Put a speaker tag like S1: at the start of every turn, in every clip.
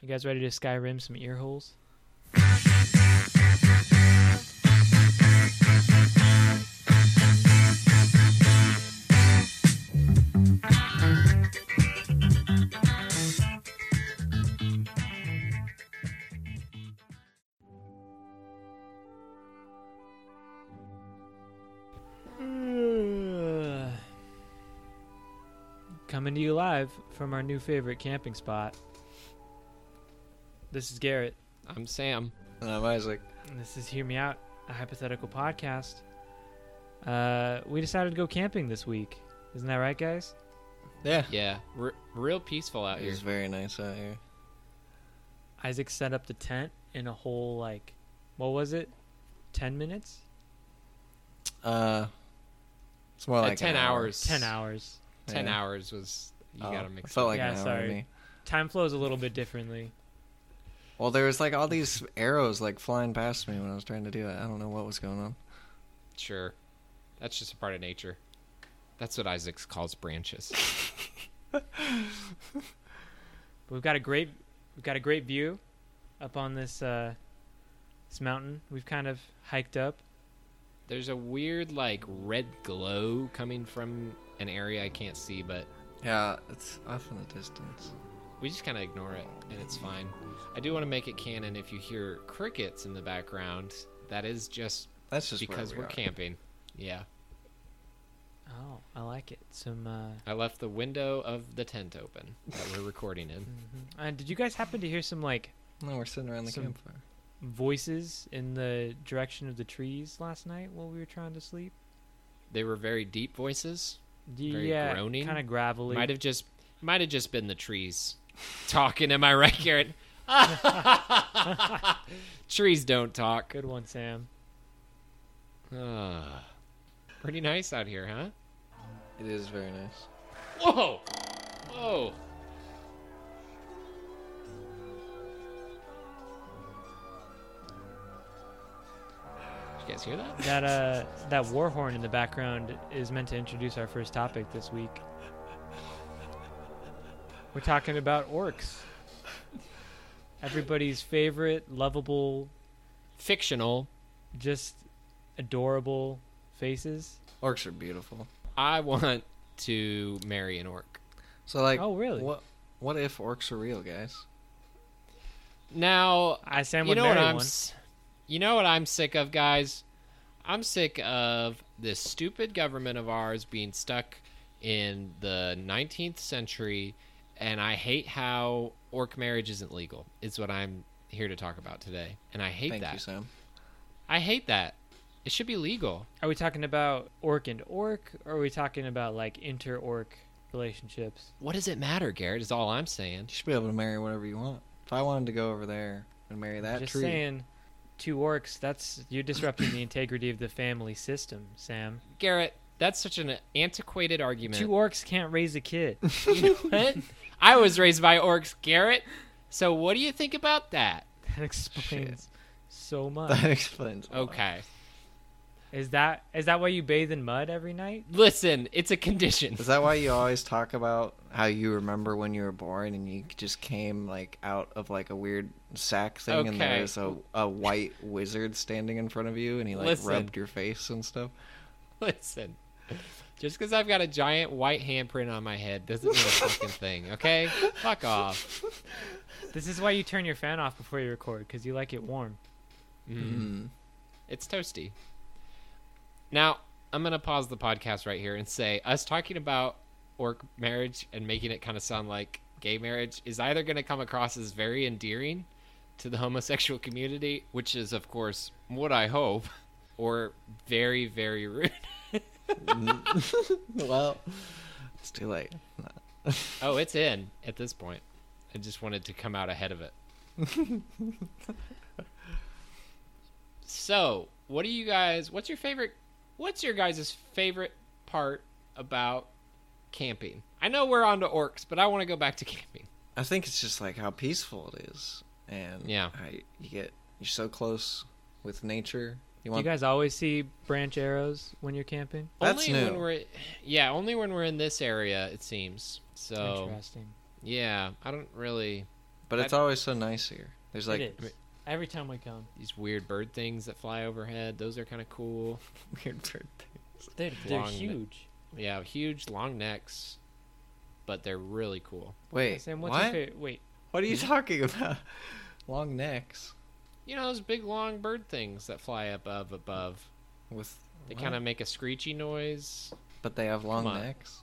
S1: You guys ready to Skyrim some ear holes? Coming to you live from our new favorite camping spot. This is Garrett.
S2: I'm Sam.
S3: And I'm Isaac.
S1: And This is Hear Me Out, a hypothetical podcast. Uh, we decided to go camping this week. Isn't that right, guys?
S3: Yeah.
S2: Yeah, re- real peaceful out here.
S3: It's very nice out here.
S1: Isaac set up the tent in a whole, like, what was it? 10 minutes?
S3: Uh, it's more
S2: At
S3: like
S2: 10
S3: an hour.
S2: hours.
S1: 10 hours.
S2: Ten
S3: Yeah.
S2: hours was you
S3: Oh,
S2: gotta
S3: it
S2: mix.
S3: felt
S2: up.
S3: like
S1: Yeah,
S3: an hour
S1: sorry.
S3: to me.
S1: Time flows a little bit differently.
S3: Well, there was like all these arrows like flying past me when I was trying to do it. I don't know what was going on.
S2: Sure, that's just a part of nature. That's what Isaac calls branches.
S1: But we've got a great we've got a great view up on this uh, this mountain. We've kind of hiked up.
S2: There's a weird like red glow coming from an area I can't see, but
S3: Yeah, it's off in the distance.
S2: we just kind of ignore it and it's fine. I do want to make it canon if you hear crickets in the background. That is just,
S3: That's just where
S2: because
S3: we
S2: we're
S3: are.
S2: camping. Yeah,
S1: Oh, I like it. Some uh,
S2: I left the window of the tent open that we're recording in.
S1: uh did you guys happen to hear some like
S3: No, we're sitting around the
S1: Some-
S3: campfire.
S1: voices in the direction of the trees last night while we were trying to sleep?
S2: They were very deep voices. Very
S1: yeah,
S2: groaning?
S1: kind of gravelly.
S2: Might have just might have just been the trees talking. Am I right, Garrett? trees don't talk.
S1: Good one, Sam.
S2: Ah. pretty nice out here, huh?
S3: It is very nice.
S2: Whoa, whoa. Did you guys hear that?
S1: That uh, that war horn in the background is meant to introduce our first topic this week. We're talking about orcs. Everybody's favorite, lovable,
S2: Fictional.
S1: just adorable faces.
S3: Orcs are beautiful.
S2: I want to marry an orc.
S3: So like,
S1: Oh, really?
S3: What What if orcs are real, guys?
S2: Now
S1: I Sam
S2: you
S1: would
S2: know what
S1: marry
S2: I'm,
S1: one.
S2: s- you know what I'm sick of, guys. I'm sick of this stupid government of ours being stuck in the 19th century, and I hate how orc marriage isn't legal. Is what I'm here to talk about today, and I hate
S3: Thank
S2: that.
S3: you, Sam.
S2: I hate that. It should be legal.
S1: Are we talking about orc and orc, or are we talking about like inter orc relationships?
S2: What does it matter, Garrett? Is all I'm saying.
S3: You should be able to marry whatever you want. If I wanted to go over there and marry that
S1: Just
S3: tree,
S1: saying, two orcs. That's you're disrupting the integrity of the family system, Sam.
S2: Garrett, that's such an antiquated argument.
S1: Two orcs can't raise a kid.
S2: You know what? I was raised by orcs, Garrett. So what do you think about that?
S1: That explains so much.
S3: that explains. a lot.
S2: Okay.
S1: Is that is that why you bathe in mud every night?
S2: Listen, it's a condition.
S3: Is that why you always talk about how you remember when you were born and you just came like out of like a weird sack thing and
S2: Okay.
S3: there was a, a white wizard standing in front of you and he like
S2: Listen.
S3: rubbed your face and stuff?
S2: Listen, just because I've got a giant white handprint on my head doesn't mean a fucking thing. Okay, fuck off.
S1: This is why you turn your fan off before you record because you like it warm.
S3: Mm.
S2: It's toasty. Now I'm gonna pause the podcast right here and say us talking about orc marriage and making it kind of sound like gay marriage is either gonna come across as very endearing to the homosexual community, which is of course what I hope, or very very rude.
S3: well, it's too late.
S2: Oh, it's in at this point. I just wanted to come out ahead of it. so, what do you guys? What's your favorite? What's your guys' favorite part about camping? I know we're on to orcs, but I want to go back to camping.
S3: I think it's just like how peaceful it is and
S2: Yeah.
S3: how you, you get you're so close with nature.
S1: Do
S3: You
S1: you
S3: want
S1: guys always see branch arrows when you're camping?
S3: That's
S2: only when
S3: new.
S2: we're yeah, only when we're in this area it seems. So
S1: Interesting.
S2: yeah, I don't really
S3: But it's
S2: That-
S3: always so nice here. There's like
S1: it is. Every time we come,
S2: These weird bird things that fly overhead, those are kind of cool.
S3: weird bird things.
S1: they're,
S2: they're
S1: they're
S2: Long-
S1: huge.
S2: Yeah, huge long necks, but they're really cool.
S3: Wait,
S1: Sam, what's your
S3: what?
S1: favorite? Wait,
S3: What are you talking about? Long necks
S2: You know those big long bird things that fly above above.
S3: with
S2: They
S3: what?
S2: kind of make a screechy noise.
S3: but they have long
S2: Come on.
S3: necks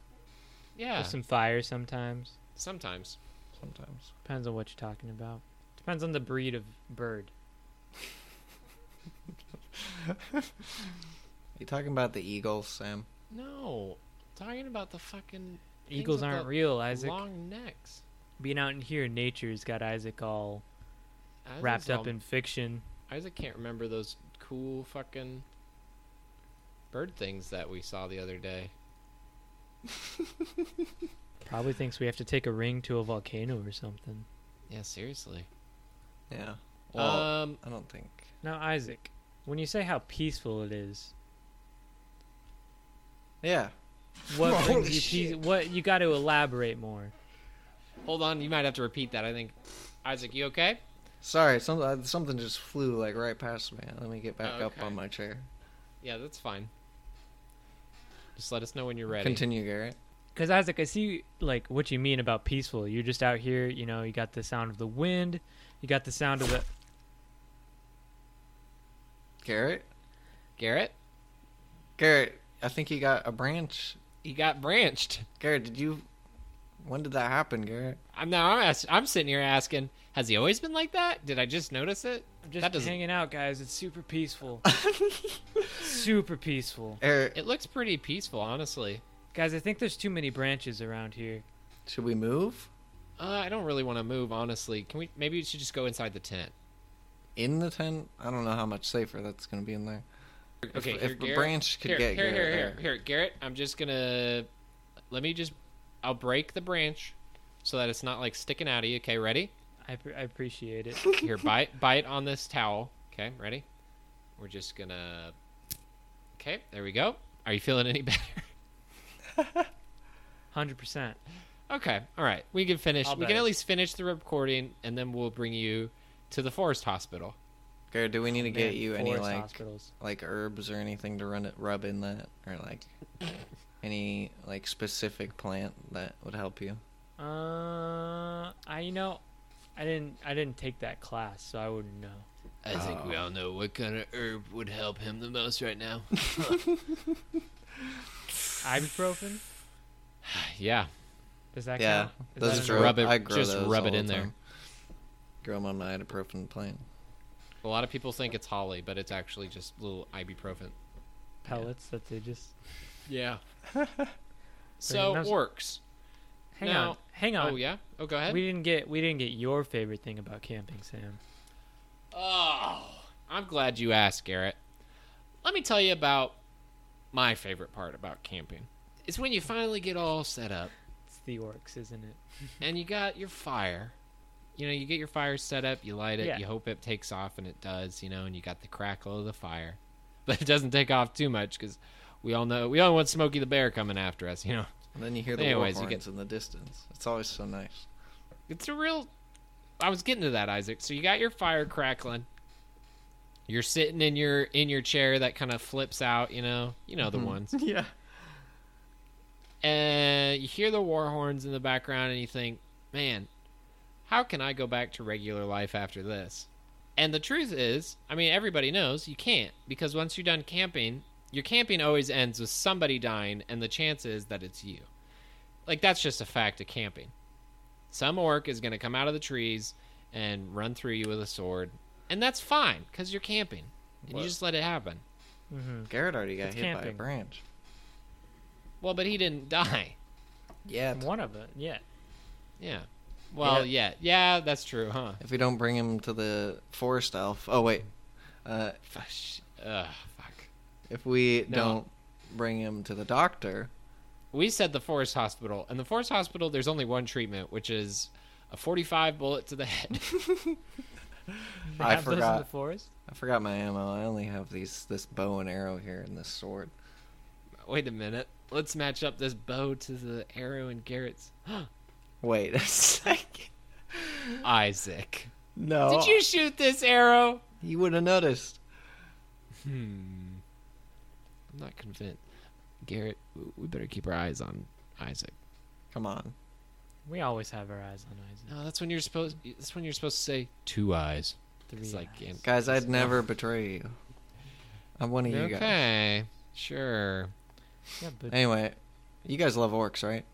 S2: Yeah,
S1: there's some fire sometimes.
S2: sometimes.
S3: sometimes.
S1: Depends on what you're talking about. Depends on the breed of bird.
S3: you talking about the eagles, Sam?
S2: No, talking about the fucking things
S1: Eagles
S2: with
S1: aren't
S2: the
S1: real, Isaac.
S2: Long necks.
S1: Being out in here, nature's got Isaac all
S2: Isaac's
S1: wrapped up
S2: all-
S1: in fiction.
S2: Isaac can't remember those cool fucking bird things that we saw the other day.
S1: Probably thinks we have to take a ring to a volcano or something.
S2: Yeah, seriously.
S3: Yeah. Well,
S1: Oh.
S2: um,
S3: I don't think.
S1: Now, Isaac, when you say how peaceful it is,
S3: Yeah.
S1: what
S3: Holy
S1: brings you
S3: shit.
S1: peace? What you got to elaborate more?
S2: hold on. You might have to repeat that. I think. Isaac, you okay?
S3: Sorry, some, uh, something just flew like right past me. Let me get back up
S2: Okay.
S3: on my chair.
S2: Yeah, that's fine. Just let us know when you're ready.
S3: Continue, Garrett.
S1: Because Isaac, I see like what you mean about peaceful. You're just out here, you know. You got the sound of the wind. You got the sound of the.
S3: Garrett,
S2: Garrett,
S3: Garrett, I think you got a branch.
S2: you got branched.
S3: Garrett, did you? When did that happen, Garrett?
S2: I'm now. I'm, ask, I'm sitting here asking, has he always been like that? Did I just notice it? that
S1: Just
S2: doesn't.
S1: hanging out, guys. It's super peaceful. super peaceful,
S3: Eric,
S2: It looks pretty peaceful, honestly.
S1: guys. I think there's too many branches around here.
S3: should we move
S2: Uh, I don't really want to move, honestly. Can we? Maybe we should just go inside the tent.
S3: in the tent? I don't know how much safer that's gonna be in there.
S2: Okay,
S3: if,
S2: here,
S3: if the
S2: Garrett.
S3: branch could
S2: here,
S3: get
S2: here,
S3: Garrett
S2: here, here,
S3: there.
S2: here, Garrett. I'm just gonna let me just. I'll break the branch so that it's not like sticking out of you. Okay, ready?
S1: I, pre- I appreciate it.
S2: Here, bite, bite on this towel. Okay, ready? We're just gonna. Okay, there we go. Are you feeling any better?
S1: Hundred percent.
S2: Okay, all right. We can finish.
S1: I'll
S2: we
S1: bet.
S2: can at least finish the recording, and then we'll bring you to the forest hospital.
S3: Garrett, do we need to get you any
S1: forest
S3: like
S1: hospitals.
S3: like herbs or anything to run it rub in that or like any like specific plant that would help you?
S1: Uh, I you know, I didn't I didn't take that class, so I wouldn't know.
S2: I think we all know what kind of herb would help him the most right now.
S1: Ibuprofen?
S2: yeah,
S1: Does that
S3: yeah,
S1: count? Is that
S3: those
S2: grow-
S1: an-
S3: grow,
S2: Rub it-
S3: I grow
S2: just
S3: those
S2: rub
S3: all
S2: it
S3: the
S2: in there.
S3: time. Grow 'em on my ibuprofen plant.
S2: a lot of people think it's holly, but it's actually just little ibuprofen.
S1: pellets that they just
S2: Yeah.
S1: Very
S2: so
S1: nice.
S2: orcs.
S1: hang
S2: Now-
S1: on, hang on.
S2: Oh yeah. Oh, go ahead.
S1: We didn't get we didn't get your favorite thing about camping, Sam.
S2: Oh, I'm glad you asked, Garrett. Let me tell you about my favorite part about camping. It's when you finally get all set up
S1: It's the orcs, isn't it?
S2: and you got your fire. You know, you get your fire set up, you light it,
S1: Yeah.
S2: you hope it takes off, and it does, you know, and you got the crackle of the fire. But it doesn't take off too much because we all know, we all want Smokey the Bear coming after us, you know.
S3: And then you hear the
S2: Anyways,
S3: war
S2: you get-
S3: horns in the distance. It's always so nice.
S2: It's a real. I was getting to that, Isaac. So you got your fire crackling. You're sitting in your in your chair that kind of flips out, you know, you know the ones.
S3: yeah.
S2: And you hear the war horns in the background, and you think, man, how can I go back to regular life after this? And the truth is, I mean, everybody knows you can't because once you're done camping, your camping always ends with somebody dying, and the chance is that it's you. Like, that's just a fact of camping. Some orc is going to come out of the trees and run through you with a sword, and that's fine because you're camping and
S3: What?
S2: you just let it happen.
S1: Mm-hmm.
S3: Garrett already got
S1: It's
S3: hit by a
S1: camping.
S3: branch.
S2: Well, but he didn't die.
S3: Yeah.
S1: One of it, yeah.
S2: Yeah. Well, yeah. Yeah, that's true, huh?
S3: If we don't bring him to the forest elf. Oh wait. Uh,
S2: Fuck, sh- Ugh, fuck.
S3: if we
S2: No.
S3: don't bring him to the doctor,
S2: We said the forest hospital, and the forest hospital, there's only one treatment, which is a 45 bullet to the head.
S1: They
S3: I
S1: have those in the
S3: forgot.
S1: forest.
S3: I forgot my ammo. I only have these this bow and arrow here and this sword.
S2: Wait a minute. Let's match up this bow to the arrow in Garrett's.
S3: Wait a second.
S2: Isaac.
S3: No.
S2: Did you shoot this arrow?
S3: You would have noticed.
S2: Hmm. I'm not convinced. Garrett, w- we better keep our eyes on Isaac.
S3: Come on.
S1: We always have our eyes on Isaac.
S2: No, that's when you're supposed. That's when you're supposed to say two eyes.
S1: Three
S2: It's like
S1: eyes.
S2: in-
S3: Guys, I'd never betray you. I'm one of you guys.
S2: okay, sure.
S1: Yeah, but
S3: Anyway, you guys love orcs, right?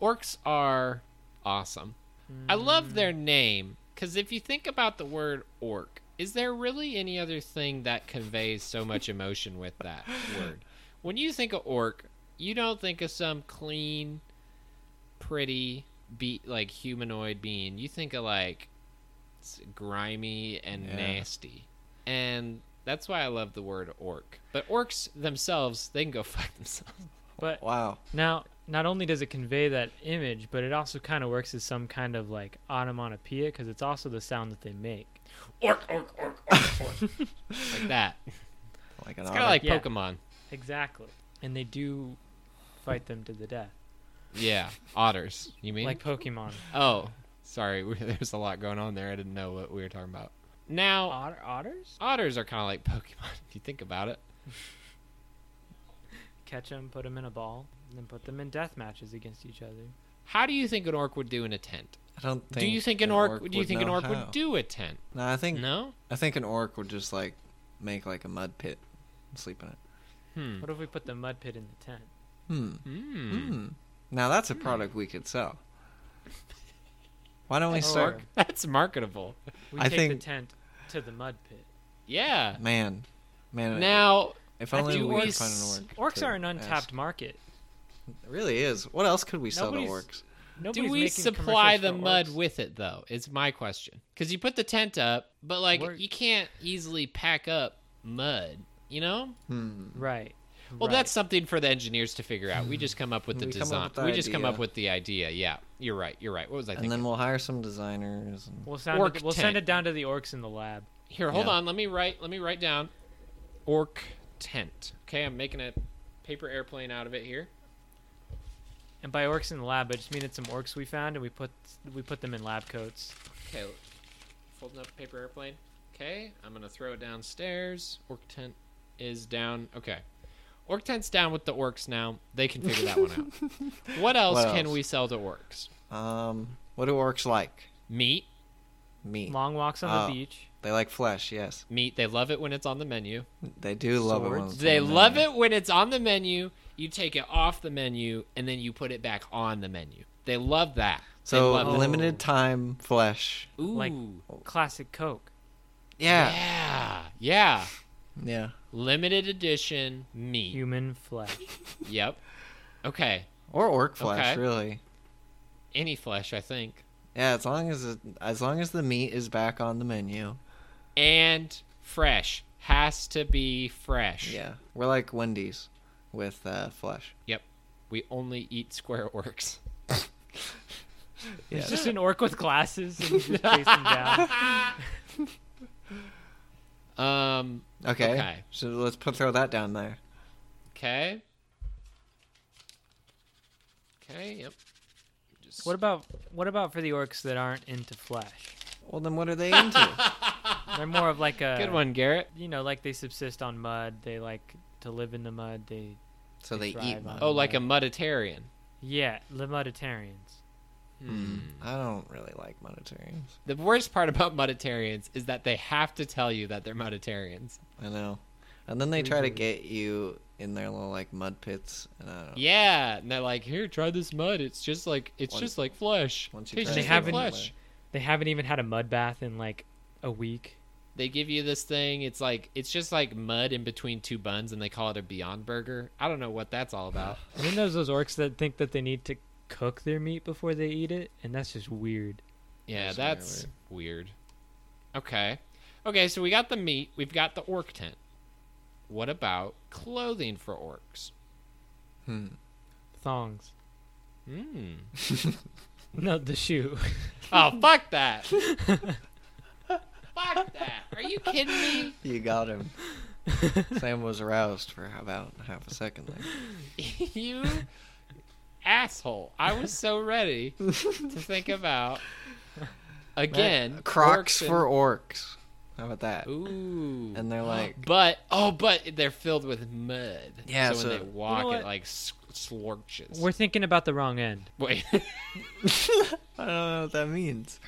S2: Orcs are awesome. I love their name because if you think about the word orc, is there really any other thing that conveys so much emotion with that word? When you think of orc, you don't think of some clean, pretty, be like humanoid being. You think of like s- grimy and
S3: Yeah.
S2: nasty, and that's why I love the word orc. But orcs themselves, they can go fuck themselves.
S1: but
S3: Wow.
S1: Now, not only does it convey that image, but it also kind of works as some kind of like onomatopoeia because it's also the sound that they make.
S2: Orc, orc, orc, orc, orc, like that.
S3: Like an
S2: It's
S3: otter.
S2: kind of like
S1: Yeah.
S2: Pokemon.
S1: Exactly. And they do fight them to the death,
S2: Yeah, otters. You mean?
S1: like Pokemon.
S2: oh, sorry. we- There's a lot going on there. I didn't know what we were talking about. Now,
S1: Oh, Otter- otters?
S2: otters are kind of like Pokemon if you think about it.
S1: Catch them, put them in a ball, and then put them in death matches against each other.
S2: How do you think an orc would do in a tent?
S3: I don't think
S2: do you think an orc? do you
S3: would
S2: think an
S3: know
S2: orc
S3: how.
S2: would do a tent?
S3: No, I think
S2: No.
S3: I think an orc would just like make like a mud pit and sleep in it.
S2: Hmm.
S1: What if we put the mud pit in the tent?
S3: Hmm.
S2: Hmm.
S3: Hmm. Now that's a product we could sell. Why don't we
S1: Or-
S3: start?
S2: That's marketable.
S1: We
S3: I
S1: take the
S3: think-
S1: tent to the mud pit.
S2: Yeah.
S3: Man, man.
S2: Now,
S3: if only
S2: do
S3: we could
S2: orcs-
S3: find an orc.
S1: Orcs
S3: to
S1: are an
S3: ask.
S1: untapped market.
S3: It really is. What else could we sell to
S1: Nobody's-
S3: orcs?
S1: Nobody's
S2: do we
S1: making
S2: supply
S1: commercials
S2: the
S1: for
S2: mud
S1: orcs.
S2: with it though? Is my question. Because you put the tent up, but like
S1: We're-
S2: you can't easily pack up mud. You know.
S3: Hmm.
S1: Right.
S2: Well,
S1: right.
S2: that's something for the engineers to figure out. We just come up with the
S3: We come up
S2: design.
S3: with the
S2: we just come
S3: idea.
S2: up with the idea. Yeah, you're right. You're right. What was I
S3: And
S2: thinking?
S3: then we'll hire some designers. And...
S1: We'll, send
S2: orc
S1: it, we'll send
S2: tent.
S1: it down to the orcs in the lab.
S2: Here, hold
S3: Yeah.
S2: on. Let me write. Let me write down. Orc tent. Okay, I'm making a paper airplane out of it here.
S1: And by orcs in the lab, I just mean it's some orcs we found, and we put we put them in lab coats.
S2: Okay, folding up paper airplane. Okay, I'm gonna throw it downstairs. Orc tent is down. Okay, orc tent's down with the orcs now. They can figure that one out. What else
S3: What
S2: can
S3: else?
S2: we sell to orcs?
S3: Um, what do orcs like?
S2: Meat.
S3: Meat.
S1: Long walks on the
S3: Oh.
S1: beach.
S3: They like flesh. Yes,
S2: Meat. They love it when it's on the menu.
S3: they do love it. When
S1: Swords?
S3: it's
S2: They
S3: on the
S2: love
S3: menu.
S2: it when it's on the menu. You take it off the menu and then you put it back on the menu. They love that. They
S3: So
S2: love
S1: lim-
S3: limited time flesh.
S2: it. Ooh,
S1: like- Classic Coke.
S3: Yeah.
S2: yeah, yeah.
S3: Yeah.
S2: Limited edition meat.
S1: Human flesh.
S2: Yep. Okay.
S3: Or orc flesh,
S2: Okay.
S3: really.
S2: Any flesh, I think,
S3: Yeah, as long as it, as long as the meat is back on the menu.
S2: and fresh has to be fresh.
S3: Yeah, we're like Wendy's with uh, flesh.
S2: Yep. We only eat square orcs.
S1: It's
S3: Yeah.
S1: just an orc with glasses, and you just chase him down.
S2: Um.
S3: Okay.
S2: Okay.
S3: So let's put throw that down there.
S2: Okay. Okay. Yep. Just
S1: What about what about for the orcs that aren't into flesh?
S3: Well, then what are they into?
S1: They're more of like a
S2: good one, Garrett.
S1: You know, like they subsist on mud. They like to live in the mud. They
S3: so they
S1: They
S3: eat.
S1: thrive on
S3: mud.
S2: Oh, like a muditarian.
S1: yeah, the muditarians.
S3: Hmm. I don't really like monetarians.
S2: The worst part about muditarians is that they have to tell you that they're muditarians.
S3: I know. And then they try
S2: Mm-hmm.
S3: to get you in their little like mud pits, and uh, I don't.
S2: Yeah, and they're like, "Here, try this mud. It's just like it's
S3: Once-
S2: just like flesh.
S3: once you
S2: Tastes
S1: try it,
S2: just
S1: you
S2: like
S1: don't
S2: flesh."
S1: They haven't even had a mud bath in like a week.
S2: They give you this thing. It's like it's just like mud in between two buns, and they call it a Beyond Burger. I don't know what that's all about.
S1: And then there's those orcs that think that they need to cook their meat before they eat it, and that's just weird.
S2: Yeah,
S3: That's
S2: that's weird. Okay, okay. So we got the meat. We've got the orc tent. What about clothing for orcs?
S1: Thongs.
S2: Hmm.
S1: No, the shoe.
S2: Oh, fuck that. fuck that. Are you kidding me?
S3: You got him. Sam was aroused for about half a second there.
S2: you asshole. I was so ready to think about Again,
S3: uh,
S2: orcs
S3: Crocs
S2: and-
S3: for orcs. How about that?
S2: Ooh.
S3: And they're like,
S2: But oh, but they're filled with mud.
S3: Yeah,
S2: So,
S3: so-
S2: when they walk,
S1: You know
S2: it
S1: what?
S2: like s- slorches.
S1: We're thinking about the wrong end.
S2: Wait,
S3: I don't know what that means.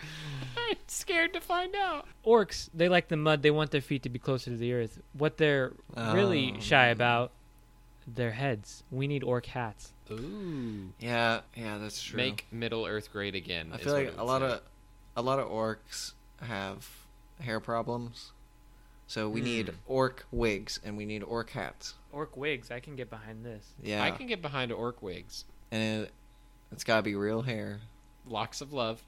S2: I'm scared to find out.
S1: Orcs, they like the mud. They want their feet to be closer to the earth. What they're really
S3: Um.
S1: shy about, their heads. We need orc hats.
S2: Ooh.
S3: Yeah, yeah, that's true.
S2: Make Middle Earth great again.
S3: I
S2: is
S3: feel
S2: what
S3: like
S2: it
S3: a
S2: would
S3: lot
S2: say.
S3: of a lot of orcs have hair problems. So we need
S2: Hmm.
S3: orc wigs and we need orc hats.
S1: Orc wigs. I can get behind this.
S3: Yeah.
S2: I can get behind orc wigs.
S3: And it, it's got to be real hair.
S2: Locks of Love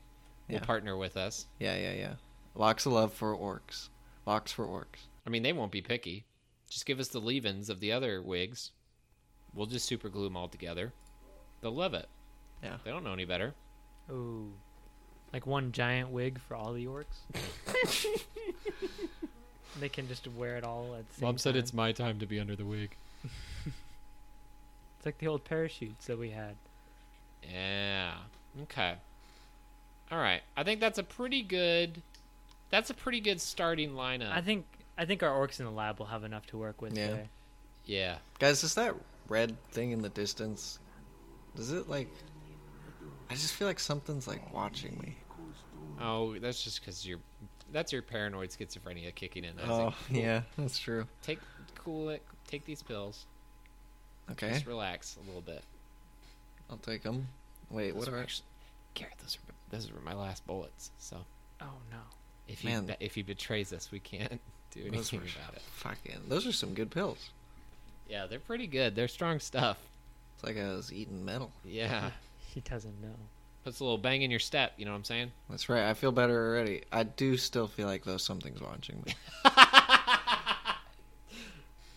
S2: will
S3: Yeah.
S2: partner with us.
S3: Yeah, yeah, yeah. Locks of love for orcs. Locks for orcs.
S2: I mean, they won't be picky. Just give us the leave-ins of the other wigs. We'll just super glue them all together. They'll love it.
S3: Yeah.
S2: They don't know any better.
S1: Ooh. Like one giant wig for all the orcs. they can just wear it all at the same time.
S2: my time to be under the wig.
S1: It's like the old parachutes that we had.
S2: Yeah. Okay. All right. I think that's a pretty good. That's a pretty good starting lineup.
S1: I think I think our orcs in the lab will have enough to work with
S3: Yeah.
S1: there.
S2: yeah.
S3: Guys, is that red thing in the distance? Does it like I just feel like something's like watching me.
S2: Oh, that's just because you're. That's your paranoid schizophrenia kicking in. Isaac.
S3: Oh, yeah, that's true.
S2: Take cool it. Take these pills.
S3: Okay.
S2: Just relax a little bit.
S3: I'll take them. Wait,
S2: Those
S3: what
S2: were
S3: are
S2: actually, Garrett, those were those were my last bullets. So
S1: Oh no.
S2: if he
S3: Man.
S2: be- if he betrays us, we can't do
S3: those
S2: anything
S3: were
S2: about it.
S3: fucking? Those are some good pills.
S2: Yeah, they're pretty good. They're strong stuff.
S3: It's like I was eating metal.
S2: Yeah,
S1: He doesn't know.
S2: puts a little bang in your step. You know what I'm saying?
S3: That's right. I feel better already. I do still feel like though something's watching me.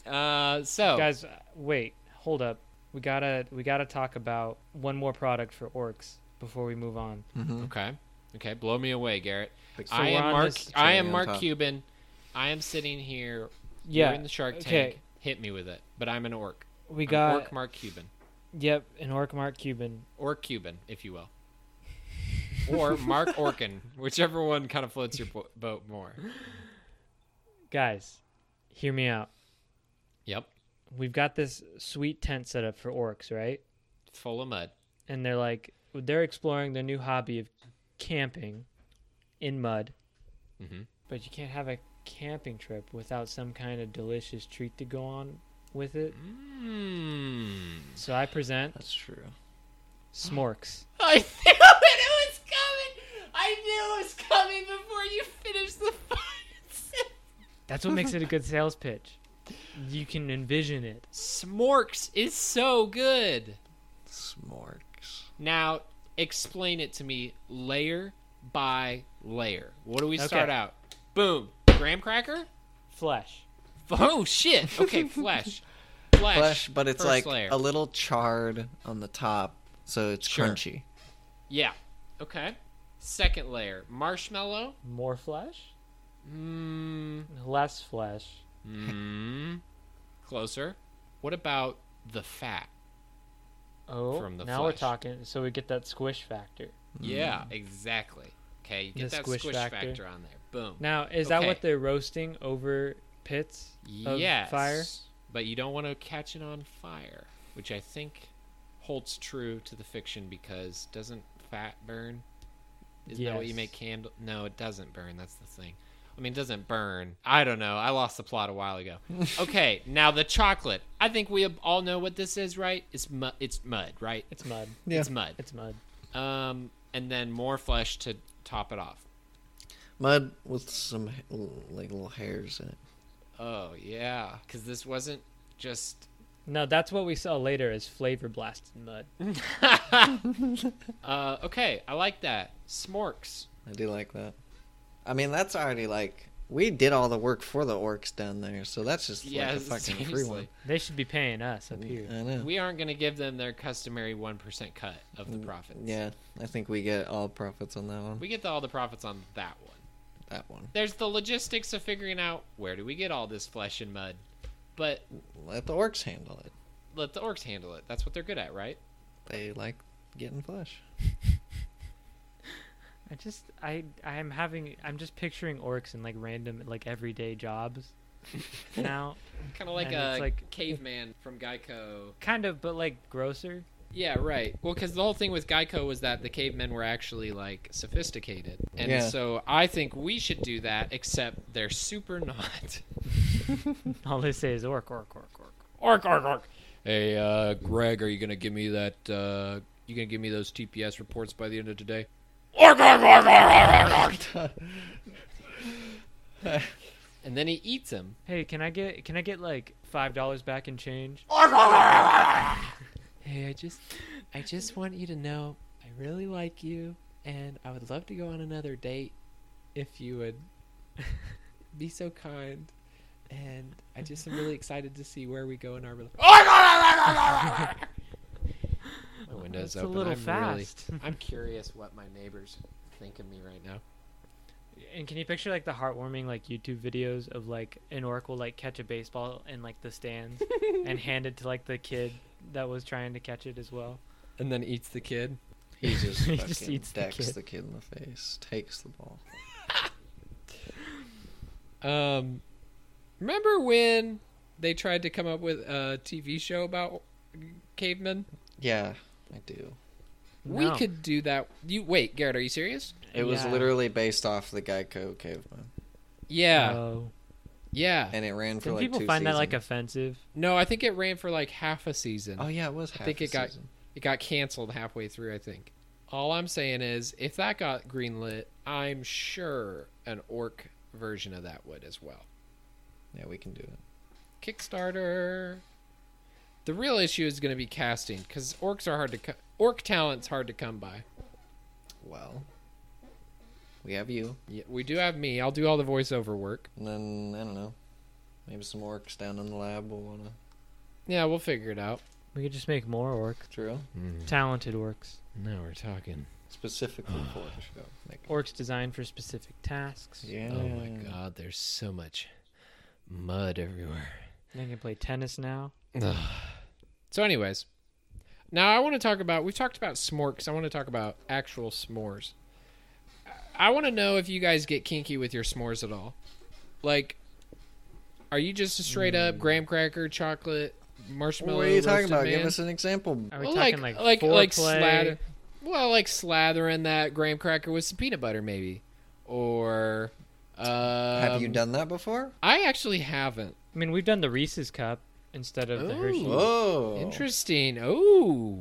S2: Uh, so
S1: Guys, uh, wait. Hold up. We got to we got to talk about one more product for orcs before we move on.
S3: Mm-hmm.
S2: Okay. Okay. Blow me away, Garrett.
S3: Like,
S2: I
S1: we're
S2: am
S1: on
S2: Mark.
S1: this-
S2: I
S3: Cherry
S2: am
S3: on
S2: Mark
S3: top.
S2: Cuban. I am sitting here.
S1: Yeah.
S2: You're in the Shark Tank.
S1: okay.
S2: Hit me with it. But I'm an orc.
S1: We
S2: I'm
S1: got
S2: orc Mark Cuban.
S1: yep, an orc Mark Cuban.
S2: Orc Cuban, if you will. Or Mark Orkin, whichever one kind of floats your bo- boat more.
S1: Guys, hear me out.
S2: Yep.
S1: We've got this sweet tent set up for orcs, right?
S2: Full of mud.
S1: and they're like they're exploring their new hobby of camping in mud.
S2: Mhm.
S1: But you can't have a camping trip without some kind of delicious treat to go on with it.
S2: Mm.
S1: So I present
S3: That's true.
S1: Smorks.
S2: I knew it. It was coming. I knew it was coming before you finished the sentence.
S1: That's what makes it a good sales pitch. You can envision it.
S2: Smorks is so good.
S3: Smorks.
S2: Now, explain it to me layer by layer. What do we
S1: Okay.
S2: start out? Boom. Graham cracker?
S1: Flesh.
S2: Oh, shit. Okay, flesh. Flesh.
S3: Flesh, but it's
S2: first
S3: like
S2: layer.
S3: a little charred on the top, so it's
S2: Sure.
S3: crunchy.
S2: Yeah. Okay. Second layer. Marshmallow?
S1: More flesh?
S2: Mmm.
S1: Less flesh.
S2: Mmm. Closer. What about the fat?
S1: Oh,
S2: From the
S1: now we're
S2: flesh.
S1: talking. So we get that squish factor.
S2: Yeah, exactly. Okay, you get
S1: Mm. The
S2: that squish,
S1: squish
S2: factor.
S1: factor.
S2: on there. Boom.
S1: Now, is that
S2: Okay.
S1: what they're roasting over pits of
S2: yes,
S1: fire?
S2: But you don't want to catch it on fire, which I think holds true to the fiction because doesn't fat burn? Isn't that what you
S1: Yes.
S2: make candle? No, it doesn't burn. That's the thing. I mean, it doesn't burn. I don't know. I lost the plot a while ago. okay, now the chocolate. I think we all know what this is, right? It's mu- it's mud, right?
S1: It's mud.
S3: Yeah.
S2: It's mud.
S1: It's mud.
S2: Um, and then more flesh to top it off.
S3: Mud with some h- like little hairs in it.
S2: Oh yeah, because this wasn't just.
S1: No, that's what we saw later as flavor blasted mud.
S2: Uh, okay, I like that. Smorks.
S3: I do like that. I mean, that's already like we did all the work for the orcs down there, so that's just
S2: yeah,
S3: like a fucking free one.
S2: seriously.
S1: They should be paying us up here.
S3: I know.
S2: We aren't going to give them their customary one percent cut of the profits.
S3: Yeah, I think we get all profits on that one.
S2: we get the, all the profits on that one.
S3: That one.
S2: There's the logistics of figuring out where do we get all this flesh and mud, but
S3: Let the orcs handle it.
S2: let the orcs handle it. That's what they're good at, right?
S3: They like getting flesh.
S1: I just I I'm having I'm just picturing orcs in like random like everyday jobs now,
S2: Kind of like
S1: And
S2: a
S1: it's like-
S2: caveman from Geico.
S1: kind of, but like grosser.
S2: Yeah, right. Well, because the whole thing with Geico was that the cavemen were actually like sophisticated, and
S3: Yeah.
S2: so I think we should do that. Except they're super not.
S1: All they say is orc, orc, orc, orc.
S2: Orc, orc, orc. Hey, uh, Greg, are you gonna give me that? Uh, you gonna give me those TPS reports by the end of today? Orc, orc, orc, orc, orc, orc, orc. And then he eats him.
S1: Hey, can I get can I get like five dollars back in change?
S2: Hey, I just, I just want you to know I really like you, and I would love to go on another date if you would be so kind. And I just am really excited to see where we go in our Oh relationship. My window's
S1: That's
S2: open.
S1: a little
S2: I'm really-
S1: fast.
S2: I'm curious what my neighbors think of me right now.
S1: And can you picture like the heartwarming like YouTube videos of like an orc will like catch a baseball in like the stands and hand it to like the kid that was trying to catch it as well?
S2: And then eats the kid.
S3: He just,
S1: He
S3: he
S1: just eats the
S3: decks
S1: kid.
S3: the kid in the face, takes the ball.
S2: Um, remember when they tried to come up with a TV show about cavemen?
S3: Yeah, I do.
S2: We
S1: No.
S2: could do that. You wait, Garrett, are you serious?
S3: It was
S1: Yeah.
S3: literally based off the Geico caveman,
S2: Yeah,
S1: Oh.
S2: yeah.
S3: and it ran for
S1: Didn't
S3: like
S1: people
S3: two
S1: find that like
S3: seasons.
S1: offensive?
S2: No, I think it ran for like half a season.
S3: Oh yeah, it was. Half
S2: think
S3: a
S2: it got-
S3: season.
S2: It got canceled halfway through, I think. All I'm saying is, if that got greenlit, I'm sure an orc version of that would as well.
S3: Yeah, we can do it.
S2: Kickstarter. The real issue is going to be casting because orcs are hard to co- orc talent's hard to come by.
S3: Well, we have you,
S2: Yeah, we do have me. I'll do all the voiceover work.
S3: and then I don't know, maybe some orcs down in the lab will wanna.
S2: Yeah, we'll figure it out.
S1: We could just make more orcs.
S3: True.
S2: Mm.
S1: Talented orcs.
S2: Now we're talking.
S3: Specifically for the show. Like,
S1: Orcs designed for specific tasks.
S3: yeah.
S2: Oh my god, there's so much mud everywhere.
S1: They can play tennis now.
S2: So, anyways, now I want to talk about. We've talked about smorks. I want to talk about actual s'mores. I want to know if you guys get kinky with your s'mores at all. Like, are you just a straight up graham cracker, chocolate, marshmallow?
S3: Mm. What are you talking
S2: roasted
S3: about? Give
S2: man? Um,
S3: us an example.
S1: Are we
S2: Well,
S1: talking like
S2: like like
S1: foreplay?
S2: slather. Well, like slathering that graham cracker with some peanut butter, maybe, or. Um,
S3: Have you done that before?
S2: I actually haven't.
S1: I mean, we've done the Reese's cup instead of the
S2: Ooh.
S1: Hershey.
S3: Whoa.
S2: Interesting. Oh,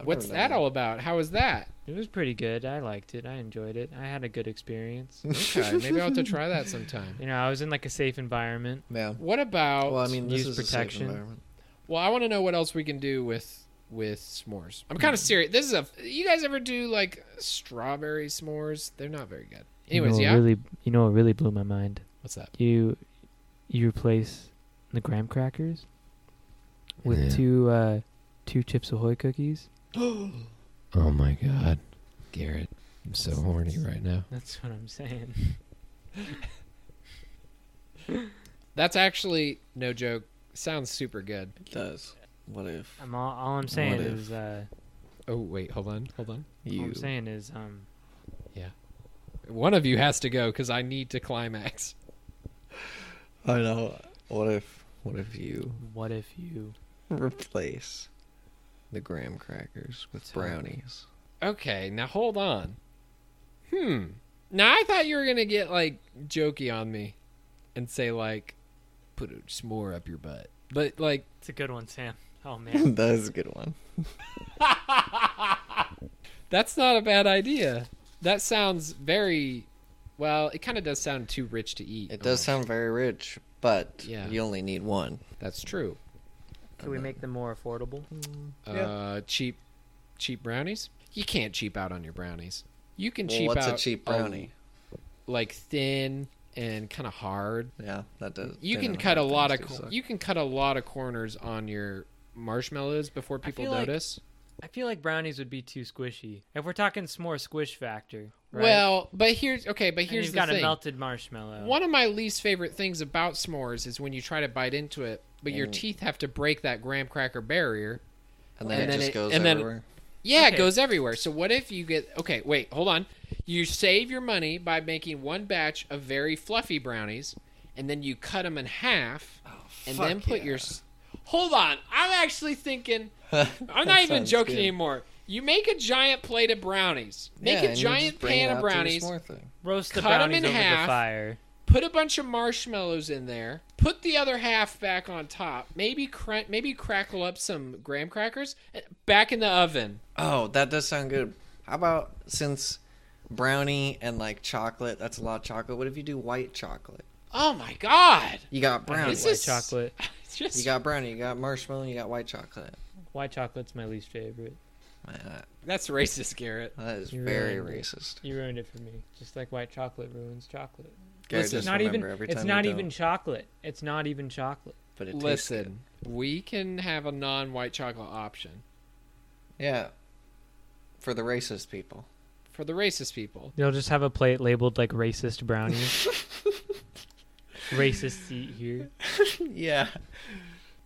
S3: I've
S2: what's
S3: never done
S2: that all about? How is that?
S1: It was pretty good. I liked it. I enjoyed it. I had a good experience.
S2: Okay, maybe I'll have to try that sometime.
S1: you know, I was in like a safe environment.
S3: Yeah.
S2: What about?
S3: Well, I mean, this
S1: use
S3: is a safe
S1: protection.
S3: environment.
S2: well, I want to know what else we can do with with s'mores. I'm kind of serious. This is a. You guys ever do like strawberry s'mores? They're not very good. Anyways, yeah.
S1: Really, you know what really blew my mind?
S2: What's that?
S1: You, you replace the graham crackers with
S2: Yeah.
S1: two, uh, two Chips Ahoy cookies.
S2: Oh my god, Garrett, I'm so horny right now.
S1: That's what I'm saying.
S2: That's actually no joke. Sounds super good.
S3: It does. What if
S1: I'm all, all I'm saying
S3: if?
S1: is, uh,
S2: Oh wait, hold on, hold on.
S1: all
S3: you?
S1: I'm saying is, um,
S2: One of you has to go because I need to climax.
S3: I know. What if? What if you
S1: what if you?
S3: replace the graham crackers with brownies?
S2: Okay, now hold on. Hmm. Now I thought you were gonna get like jokey on me, and say like, put a s'more up your butt. But like,
S1: It's a good one, Sam. Oh man,
S3: that is a good one.
S2: that's not a bad idea. That sounds very, well. It kind of does sound too rich to eat.
S3: It does
S2: almost.
S3: sound very rich, but
S2: Yeah.
S3: you only need one.
S2: That's true.
S1: can we make them more affordable?
S2: Uh, cheap, cheap brownies. You can't cheap out on your brownies. You can
S3: Well,
S2: cheap
S3: what's
S2: out.
S3: a cheap brownie?
S2: like thin and kind of hard.
S3: yeah, that does.
S2: you
S3: they
S2: can
S3: don't
S2: cut a
S3: have
S2: lot of
S3: things to
S2: cor-
S3: suck.
S2: you can cut a lot of corners on your marshmallows before people
S1: feel like-
S2: notice.
S1: I feel like brownies would be too squishy. If we're talking s'more squish factor, right?
S2: Well, but here's okay, but
S1: And
S2: here's
S1: you've
S2: the
S1: got a
S2: thing.
S1: melted marshmallow.
S2: One of my least favorite things about s'mores is when you try to bite into it, but your
S3: And-
S2: teeth have to break that graham cracker barrier.
S3: and then
S2: and
S3: it
S2: then
S3: just
S2: it-
S3: goes
S2: and then-
S3: everywhere.
S2: Yeah,
S1: Okay.
S2: it goes everywhere. So what if you get okay, wait, hold on. You save your money by making one batch of very fluffy brownies, and then you cut them in half, and
S3: fuck
S2: then put
S3: yeah.
S2: your. s- Hold on, I'm actually thinking. I'm not even joking anymore. You make a giant plate of brownies. Make a giant pan of brownies.
S1: Roast the
S2: Cut 'em
S1: brownies
S2: in
S1: over
S2: half.
S1: the fire.
S2: Put a bunch of marshmallows in there. Put the other half back on top. Maybe cr- maybe crackle up some graham crackers. eh, Back in the oven.
S3: Oh, that does sound good. How about since brownie and like chocolate? That's a lot of chocolate. What if you do white chocolate?
S2: Oh my god!
S3: You got
S1: I hate
S3: brownie.
S2: This
S1: white
S2: is-
S1: chocolate.
S2: Just
S3: You got brownie. You got marshmallow. You got white chocolate.
S1: White chocolate's my least favorite.
S3: Man, that-
S2: that's racist, Garrett.
S3: that is
S1: You
S3: very
S1: ruined it.
S3: racist.
S1: You ruined it for me. Just like white chocolate ruins chocolate.
S3: Garrett,
S2: Listen,
S3: just
S1: not even.
S3: remember, every
S1: It's
S3: time
S1: not
S3: you
S1: even
S3: don't,
S1: chocolate. It's not even chocolate.
S3: But it tastes good.
S2: Listen, we can have a non-white chocolate option
S3: Yeah. For the racist people.
S2: for the racist people.
S1: They'll just have a plate labeled like racist brownies. racist seat here.
S3: yeah.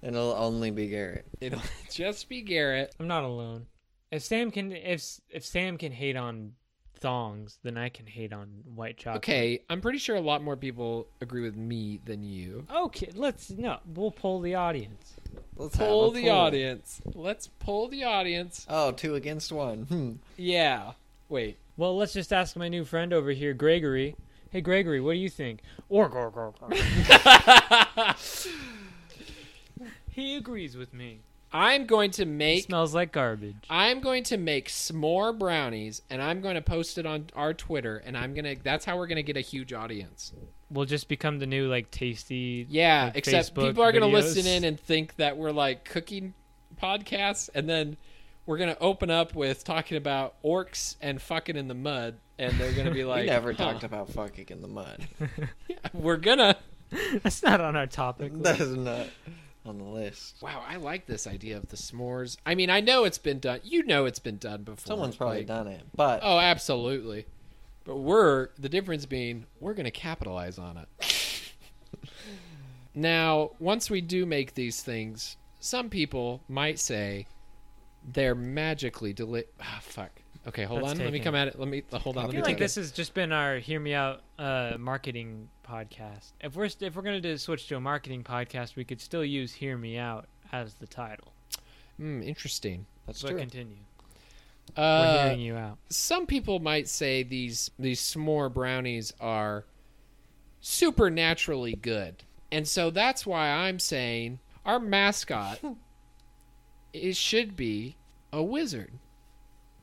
S3: And it'll only be Garrett.
S2: It'll just be Garrett.
S1: I'm not alone. If Sam can, if if Sam can hate on thongs, then I can hate on white chocolate.
S2: Okay, I'm pretty sure a lot more people agree with me than you.
S1: Okay. Let's no. We'll poll the audience.
S3: Let's have a
S2: Pull the
S3: poll.
S2: audience. Let's pull the audience.
S3: Oh, two against one. Hmm.
S2: Yeah. Wait.
S1: Well, let's just ask my new friend over here, Gregory. Hey, Gregory, what do you think? Or or- or- or. he agrees with me.
S2: I'm going to
S1: It
S2: make
S1: smells like garbage.
S2: I'm going to make s'more brownies and I'm going to post it on our Twitter and I'm going to that's how we're going to get a huge audience.
S1: We'll just become the new like tasty.
S2: Yeah,
S1: like,
S2: except
S1: Facebook
S2: people are going
S1: videos.
S2: to listen in and think that we're like cooking podcasts and then we're going to open up with talking about orcs and fucking in the mud and they're going to be like
S3: we never
S2: huh,
S3: talked about fucking in the mud.
S2: We're going to
S1: That's not on our topic.
S3: that is not on the list.
S2: Wow, I like this idea of the s'mores. I mean, I know it's been done. You know it's been done before.
S3: Someone's probably
S2: like-
S3: done it, but
S2: Oh, absolutely. But we're the difference being we're going to capitalize on it. now, once we do make these things, some people might say they're magically deli. Ah, fuck. Okay, hold
S1: That's
S2: on. Let me
S1: taken.
S2: come at it. Let me hold on.
S1: I
S2: Let me
S1: feel like
S2: take it.
S1: this has just been our "Hear Me Out" uh, marketing podcast. If we're st- if we're gonna do, switch to a marketing podcast, we could still use "Hear Me Out" as the title.
S2: Hmm, interesting.
S3: that's
S1: But
S3: true.
S1: continue. we're
S2: Uh,
S1: hearing you out.
S2: some people might say these these s'more brownies are supernaturally good. And so that's why I'm saying our mascot it should be a wizard.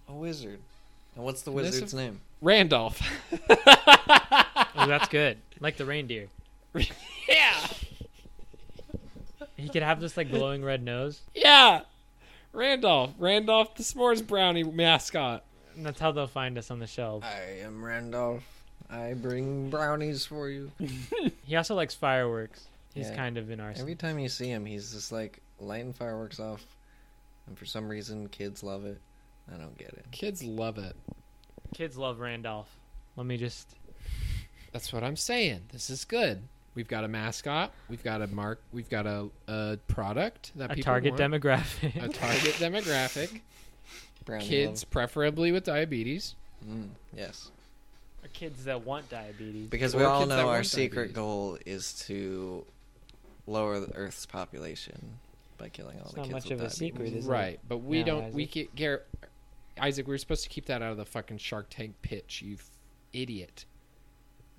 S3: A wizard. And what's the
S2: this
S3: wizard's
S2: a-
S3: name?
S2: Randolph.
S1: Oh, that's good. Like the reindeer,
S2: yeah.
S1: he could have this like glowing red nose,
S2: Yeah. Randolph. Randolph the s'mores brownie mascot.
S1: and that's how they'll find us on the shelves.
S3: I am Randolph. I bring brownies for you.
S1: He also likes fireworks. He's
S3: Yeah.
S1: kind of in our.
S3: Every time you see him, he's just like lighting fireworks off, and for some reason, kids love it. I don't get it.
S2: Kids love it.
S1: Kids love Randolph. Let me just.
S2: That's what I'm saying. This is good. We've got a mascot. We've got a mark. We've got a, a product that
S1: A
S2: Uh, people
S1: target
S2: want.
S1: demographic.
S2: a target demographic.
S3: Brownie
S2: kids preferably with diabetes
S3: love- Mm, yes.
S1: kids that want diabetes.
S3: Because
S2: Or
S3: we all
S2: kids that
S3: know our
S2: want
S3: secret
S2: diabetes.
S3: goal is to lower the Earth's population by killing all
S1: It's
S3: the
S1: not
S3: kids.
S1: much
S3: with
S1: of a
S3: diabetes.
S1: secret, is it?
S2: right but we
S1: Yeah,
S2: don't
S1: Isaac.
S2: we get Garrett, isaac we were supposed to keep that out of the fucking shark tank pitch you f- idiot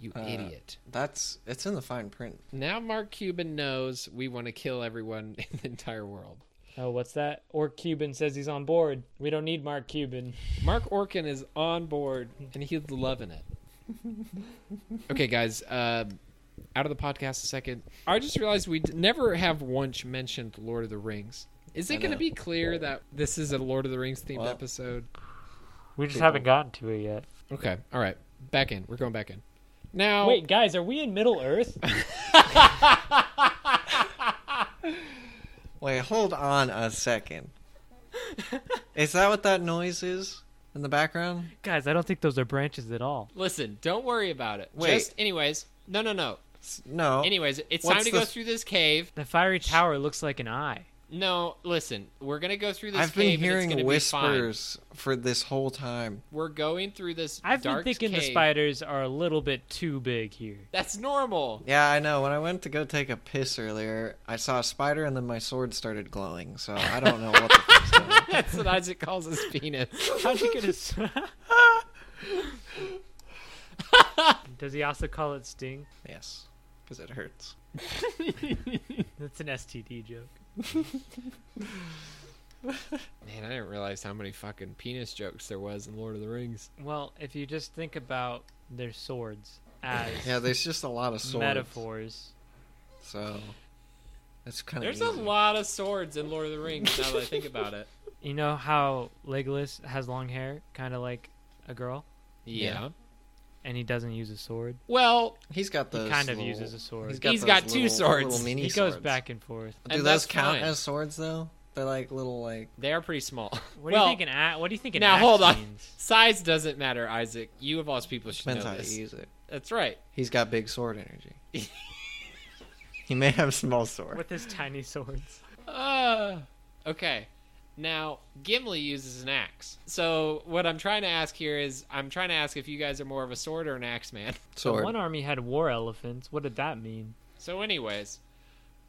S2: you
S3: Uh,
S2: idiot
S3: That's it's in the fine print.
S2: now mark cuban knows we want to kill everyone in the entire world
S1: Oh, what's that? Orc Cuban says he's on board. We don't need Mark Cuban.
S2: mark orkin is on board and he's loving it okay guys um out of the podcast a second i just realized we d- never have once mentioned lord of the rings is
S3: I
S2: it going to
S3: know.
S2: be clear that this is a lord of the rings themed
S3: Well-
S2: episode
S1: We just
S3: People. haven't
S1: gotten to it yet.
S2: Okay. All right. Back in. We're going back in. Now.
S1: Oh. Wait, guys, are we in Middle Earth?
S3: Wait, hold on a second. is that what that noise is in the background?
S1: guys, I don't think those are branches at all.
S2: Listen. Don't worry about it.
S3: Wait.
S2: Just, anyways. No. No. No.
S3: No.
S2: Anyways, it's
S3: What's
S2: time to
S3: the-
S2: go through this cave.
S1: The fiery tower looks like an eye.
S2: No, listen, we're gonna go through this.
S3: I've been
S2: cave and it's gonna
S3: hearing
S2: be fine.
S3: whispers for this whole time.
S2: We're going through this.
S1: I've been
S2: dark
S1: thinking the
S2: cave.
S1: spiders are a little bit too big here.
S2: That's normal.
S3: Yeah, I know. When I went to go take a piss earlier, I saw a spider and then my sword started glowing. So I don't know what the fuck's going on.
S2: That's what Isaac calls his penis.
S1: How'd you get his? Does he also call it sting?
S3: Yes, because it hurts.
S1: That's an STD joke.
S2: Man, I didn't realize how many fucking penis jokes there was in Lord of the Rings.
S1: Well, if you just think about their swords as
S3: Yeah, there's just a lot of swords.
S1: metaphors,
S3: So it's kind of
S2: There's a lot of swords in Lord of the Rings. Now that I think about it.
S1: you know how Legolas has long hair, kind of like a girl,
S2: Yeah.
S3: Yeah.
S1: and he doesn't use a sword.
S2: Well,
S3: He's got
S1: He
S3: those.
S1: kind of
S3: little-
S1: uses a sword.
S2: He's
S3: those
S2: got two
S3: little-
S2: swords.
S3: Little mini
S1: he goes
S3: swords.
S1: back and forth.
S3: Do
S2: and
S3: those
S2: that's
S3: count
S2: fine.
S3: as swords though? They're like little like.
S2: they are pretty small.
S1: What do
S2: well,
S1: you think an a- What do you think an
S2: now,
S1: axe
S2: hold on.
S1: means?
S2: Size doesn't matter, Isaac. You of all people should
S3: Depends
S2: know
S3: how
S2: this.
S3: you use it.
S2: That's right.
S3: He's got big sword energy. he may have small sword.
S1: With his tiny swords.
S2: Uh, okay. Now, Gimli uses an axe. So, what I'm trying to ask here is I'm trying to ask if you guys are more of a sword or an axe man.
S1: So
S3: Sword.
S1: one army had war elephants. What did that mean?
S2: So, anyways,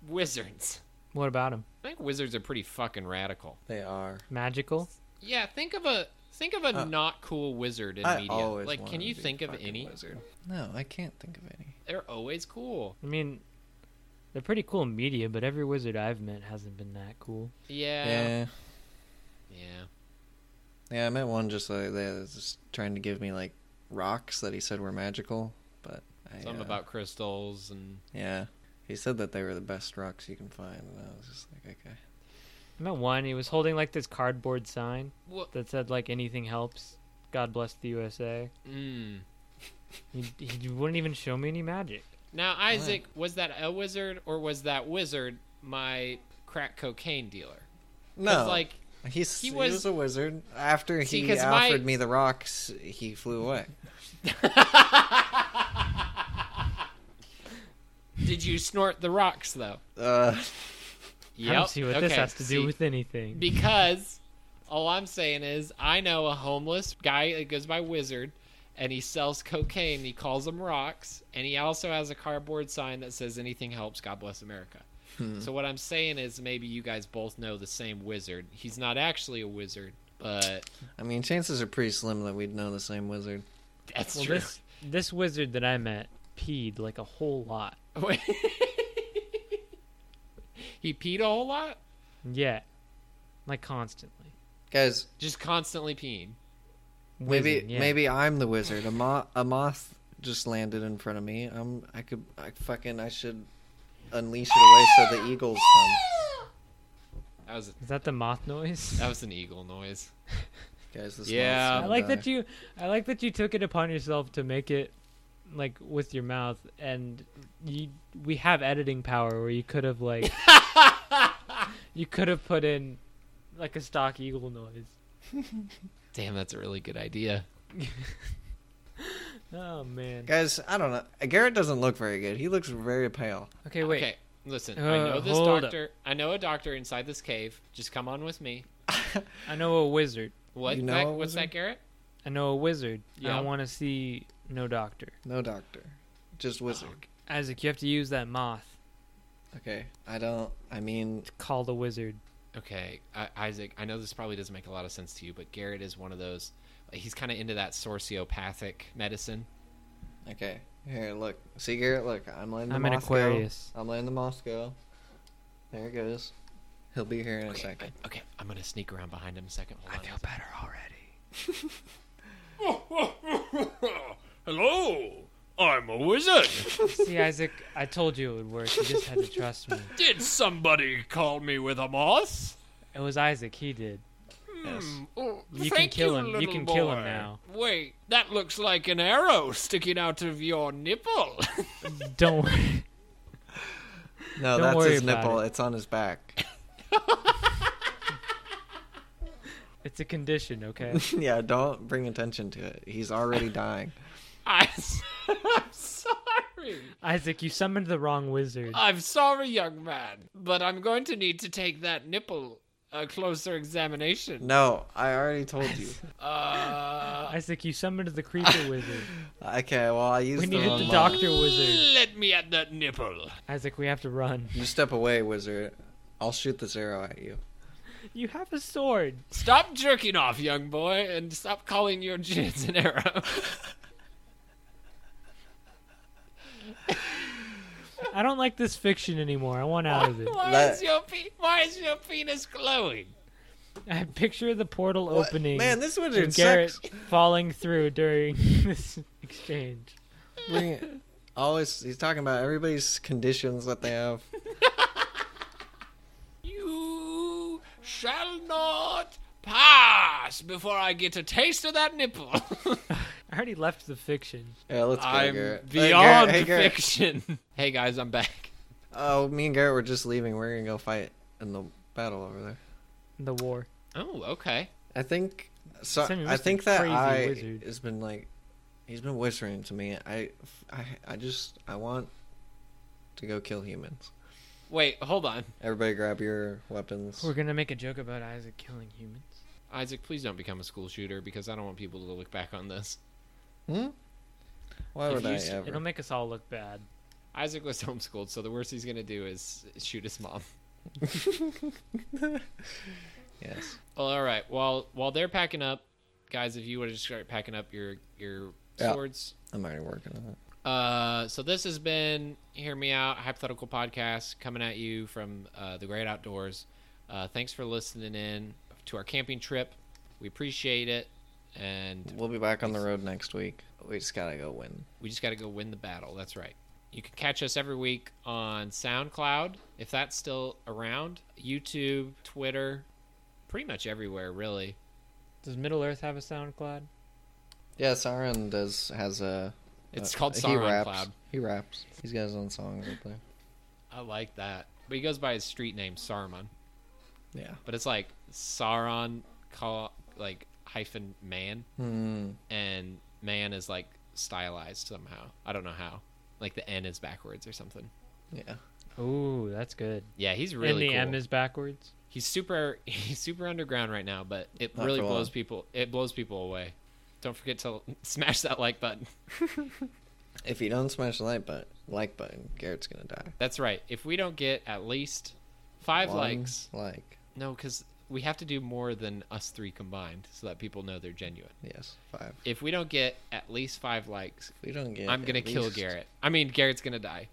S2: wizards.
S1: What about them?
S2: I think wizards are pretty fucking radical.
S3: They are.
S1: Magical?
S2: Yeah, think of a think of a
S3: Uh,
S2: not cool wizard in
S3: I
S2: media.
S3: always
S2: Like,
S3: wanted
S2: can you
S3: to be
S2: think
S3: a
S2: of
S3: fucking
S2: any?
S3: wizard? No, I can't think of any.
S2: They're always cool.
S1: I mean, they're pretty cool in media, but every wizard I've met hasn't been that cool.
S2: Yeah.
S3: Yeah,
S2: Yeah.
S3: yeah. I met one just like that, was just trying to give me like rocks that he said were magical, but I,
S2: Something
S3: uh,
S2: about crystals and
S3: yeah. He said that they were the best rocks you can find, and I was just like, okay.
S1: I met one. He was holding like this cardboard sign
S2: what?
S1: that said like anything helps. God bless the USA.
S2: Mm.
S1: He, he wouldn't even show me any magic.
S2: Now, Isaac, was that a wizard or was that wizard my crack cocaine dealer? 'Cause,
S3: No,
S2: like
S3: He's,
S2: He
S3: he,
S2: was-
S3: was, a wizard. After
S2: See,
S3: he
S2: 'cause my-
S3: offered me the rocks, he flew away.
S2: Did you snort the rocks though?
S3: Uh,
S1: I
S2: Yep.
S1: don't see what this
S2: Okay,
S1: has to
S2: see,
S1: do with anything.
S2: because all I'm saying is I know a homeless guy that goes by wizard and he sells cocaine, he calls them rocks, and he also has a cardboard sign that says anything helps, God bless America.
S1: Hmm.
S2: So what I'm saying is maybe you guys both know the same wizard. He's not actually a wizard, but
S3: I mean, chances are pretty slim that we'd know the same wizard.
S2: that's
S1: well,
S2: true.
S1: this this wizard that I met peed like a whole lot.
S2: he peed a whole lot?
S1: Yeah, like constantly.
S3: Guys,
S2: Just constantly peeing.
S3: maybe
S1: Whizzing, yeah.
S3: maybe I'm the wizard. A, mo- a moth just landed in front of me. I'm I could I fucking I should unleash it away so the eagles come.
S2: That was
S1: Is that the moth noise?
S2: that was an eagle noise.
S3: Guys, this
S2: Yeah.
S1: I like that you I like that you took it upon yourself to make it like with your mouth and you we have editing power where you could have like you could have put in like a stock eagle noise.
S2: Damn, that's a really good idea.
S1: Oh man.
S3: Guys, I don't know. Garrett doesn't look very good. He looks very pale.
S1: Okay, wait.
S2: Okay, listen. I
S1: Uh,
S2: know this
S1: hold up.
S2: doctor. I know a doctor inside this cave. Just come on with me.
S1: I know a wizard.
S2: What?
S3: You know
S2: that,
S3: a
S2: what's that,
S3: wizard?
S2: Garrett?
S1: I know a wizard.
S2: Yeah.
S1: I want to see no doctor.
S3: No doctor, just wizard.
S1: Isaac, you have to use that moth.
S3: Okay, I don't. I mean,
S1: Call the wizard.
S2: Okay, I Isaac. I know this probably doesn't make a lot of sense to you, but Garrett is one of those. He's kind of into that sociopathic medicine.
S3: okay. Here, look. See, Garrett, look. I'm letting the
S1: I'm an
S3: moth go.
S1: Aquarius.
S3: I'm letting the moth go. There it goes. He'll be here in a
S2: Okay,
S3: second.
S2: I- okay. I'm gonna sneak around behind him a second. Hold on.
S3: better already.
S4: Hello, I'm a wizard.
S1: see, Isaac, I told you it would work. You just had to trust me.
S4: Did somebody call me with a moth?
S1: It was Isaac. He did.
S3: Yes.
S4: Oh,
S1: You
S4: thank
S1: can kill him. You
S4: little
S1: can kill him
S4: boy.
S1: now.
S4: Wait, that looks like an arrow sticking out of your nipple.
S1: Don't worry.
S3: No,
S1: Don't
S3: that's
S1: worry
S3: his
S1: about
S3: nipple.
S1: it.
S3: It's on his back.
S1: It's a condition, okay?
S3: yeah, don't bring attention to it. He's already dying.
S4: I, am sorry. free.
S1: Isaac, you summoned the wrong wizard.
S3: Uh.
S4: I'm sorry, young man, but I'm going to need to take that nipple a closer examination.
S3: No, I already told you.
S4: Uh,
S1: Isaac, you summoned the creeper wizard.
S3: Okay, well I used
S1: We
S3: the,
S1: needed the
S3: wrong mod.
S1: doctor wizard.
S4: let me at that nipple.
S1: Isaac, we have to run.
S3: You step away, wizard. I'll shoot this arrow at you.
S1: You have a sword.
S4: Stop jerking off, young boy, and stop calling your jizz an arrow.
S1: I don't like this fiction anymore. I want out of it.
S4: why
S3: That-
S4: is your pe- why is your penis glowing?
S1: I picture the portal
S3: What?
S1: opening.
S3: Man, this
S1: and
S3: wizard
S1: Garrett
S3: sucks.
S1: falling through during this exchange.
S3: Bring it. Always, he's talking about everybody's conditions that they have.
S4: You shall not pass before I get a taste of that nipple.
S1: I already left the fiction.
S3: Yeah, let's go,
S4: I'm
S3: Garrett. Hey,
S4: beyond
S3: Garrett, hey, Garrett.
S4: fiction. hey guys, I'm back.
S3: Oh, me and Garrett were just leaving. We're gonna go fight in the battle over there.
S1: The war.
S4: Oh, okay.
S3: I think. So
S1: Sammy,
S3: I
S1: what's
S3: think
S1: the
S3: that
S1: crazy
S3: I
S1: wizard?
S3: has been like, he's been whispering to me. I, I, I just I want to go kill humans.
S4: Wait, hold on.
S3: Everybody, grab your weapons.
S1: We're gonna make a joke about Isaac killing humans.
S2: Isaac, please don't become a school shooter because I don't want people to look back on this.
S3: Hmm? Why
S1: If
S3: would
S1: you
S3: I
S1: s-
S3: ever?
S1: It'll make us all look bad.
S2: Isaac was homeschooled, so the worst he's gonna do is shoot his mom.
S3: Yes.
S2: Well, all right. While while they're packing up, guys, if you would just start packing up your your
S3: Yeah.
S2: swords.
S3: I'm already working on it.
S2: Uh, so this has been hear me out hypothetical podcast coming at you from uh, the great outdoors. Uh, thanks for listening in to our camping trip. We appreciate it, and
S3: We'll be back on the road next week. We just gotta go win.
S2: we just got to go win the battle. That's right. You can catch us every week on SoundCloud if that's still around, YouTube, Twitter, pretty much everywhere really.
S1: Does Middle Earth have a SoundCloud?
S3: Yeah, Sauron does has a.
S2: It's
S3: a-
S2: called
S3: Uh, he
S2: Sauron
S3: raps.
S2: Cloud.
S3: He raps. He's got his own songs up there.
S2: I like that, but he goes by his street name Saruman.
S3: Yeah.
S2: but it's like Sauron, call like hyphen man,
S3: Hmm.
S2: and man is like stylized somehow. I don't know how. Like the N is backwards or something.
S3: Yeah.
S1: Ooh, that's good.
S2: Yeah, he's really
S1: and the
S2: cool.
S1: M is backwards.
S2: he's super he's super underground right now, but it
S3: Not
S2: really
S3: for
S2: blows
S3: long.
S2: people it blows people away. Don't forget to smash that like button.
S3: If you don't smash the like button, like button, Garrett's gonna die.
S2: That's right. If we don't get at least five
S3: One
S2: likes,
S3: Like.
S2: no, because we have to do more than us three combined so that people know they're genuine.
S3: Yes. Five.
S2: If we don't get at least five likes,
S3: If we don't get.
S2: I'm
S3: at
S2: gonna kill
S3: least-
S2: Garrett. I mean, Garrett's gonna die.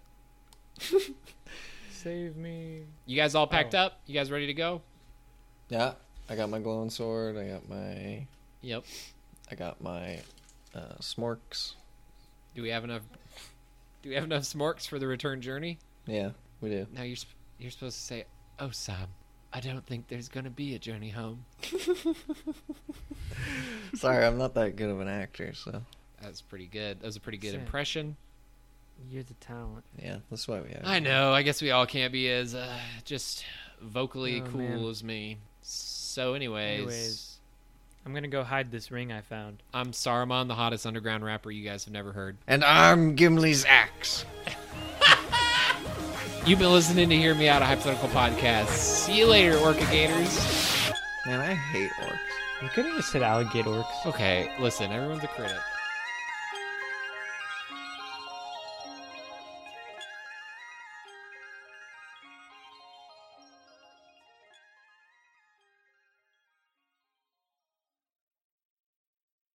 S1: Save me.
S2: You guys all packed
S1: Oh.
S2: up? You guys ready to go?
S3: Yeah. I got my glowing sword. I got my.
S2: Yep.
S3: I got my. Uh, smorks.
S2: Do we have enough? Do we have enough smorks for the return journey?
S3: Yeah, we do.
S2: Now you're sp- you're supposed to say, "Oh, Sam, I don't think there's gonna be a journey home."
S3: Sorry, I'm not that good of an actor, so
S2: That's pretty good. That was a pretty good
S1: Sam.
S2: impression.
S1: You're the talent.
S3: yeah, that's why we have.
S2: I know. I guess we all can't be as uh, just vocally
S1: Oh,
S2: cool
S1: man.
S2: as me. So, anyways,
S1: Anyways. I'm gonna go hide this ring I found.
S2: I'm Saruman, the hottest underground rapper you guys have never heard.
S3: And I'm Gimli's axe.
S2: You've been listening to Hear Me Out, a hypothetical podcast. See you later, Orca Gators.
S3: Man, I hate orcs.
S1: You could have just said alligator orcs.
S2: Okay, listen, everyone's a critic.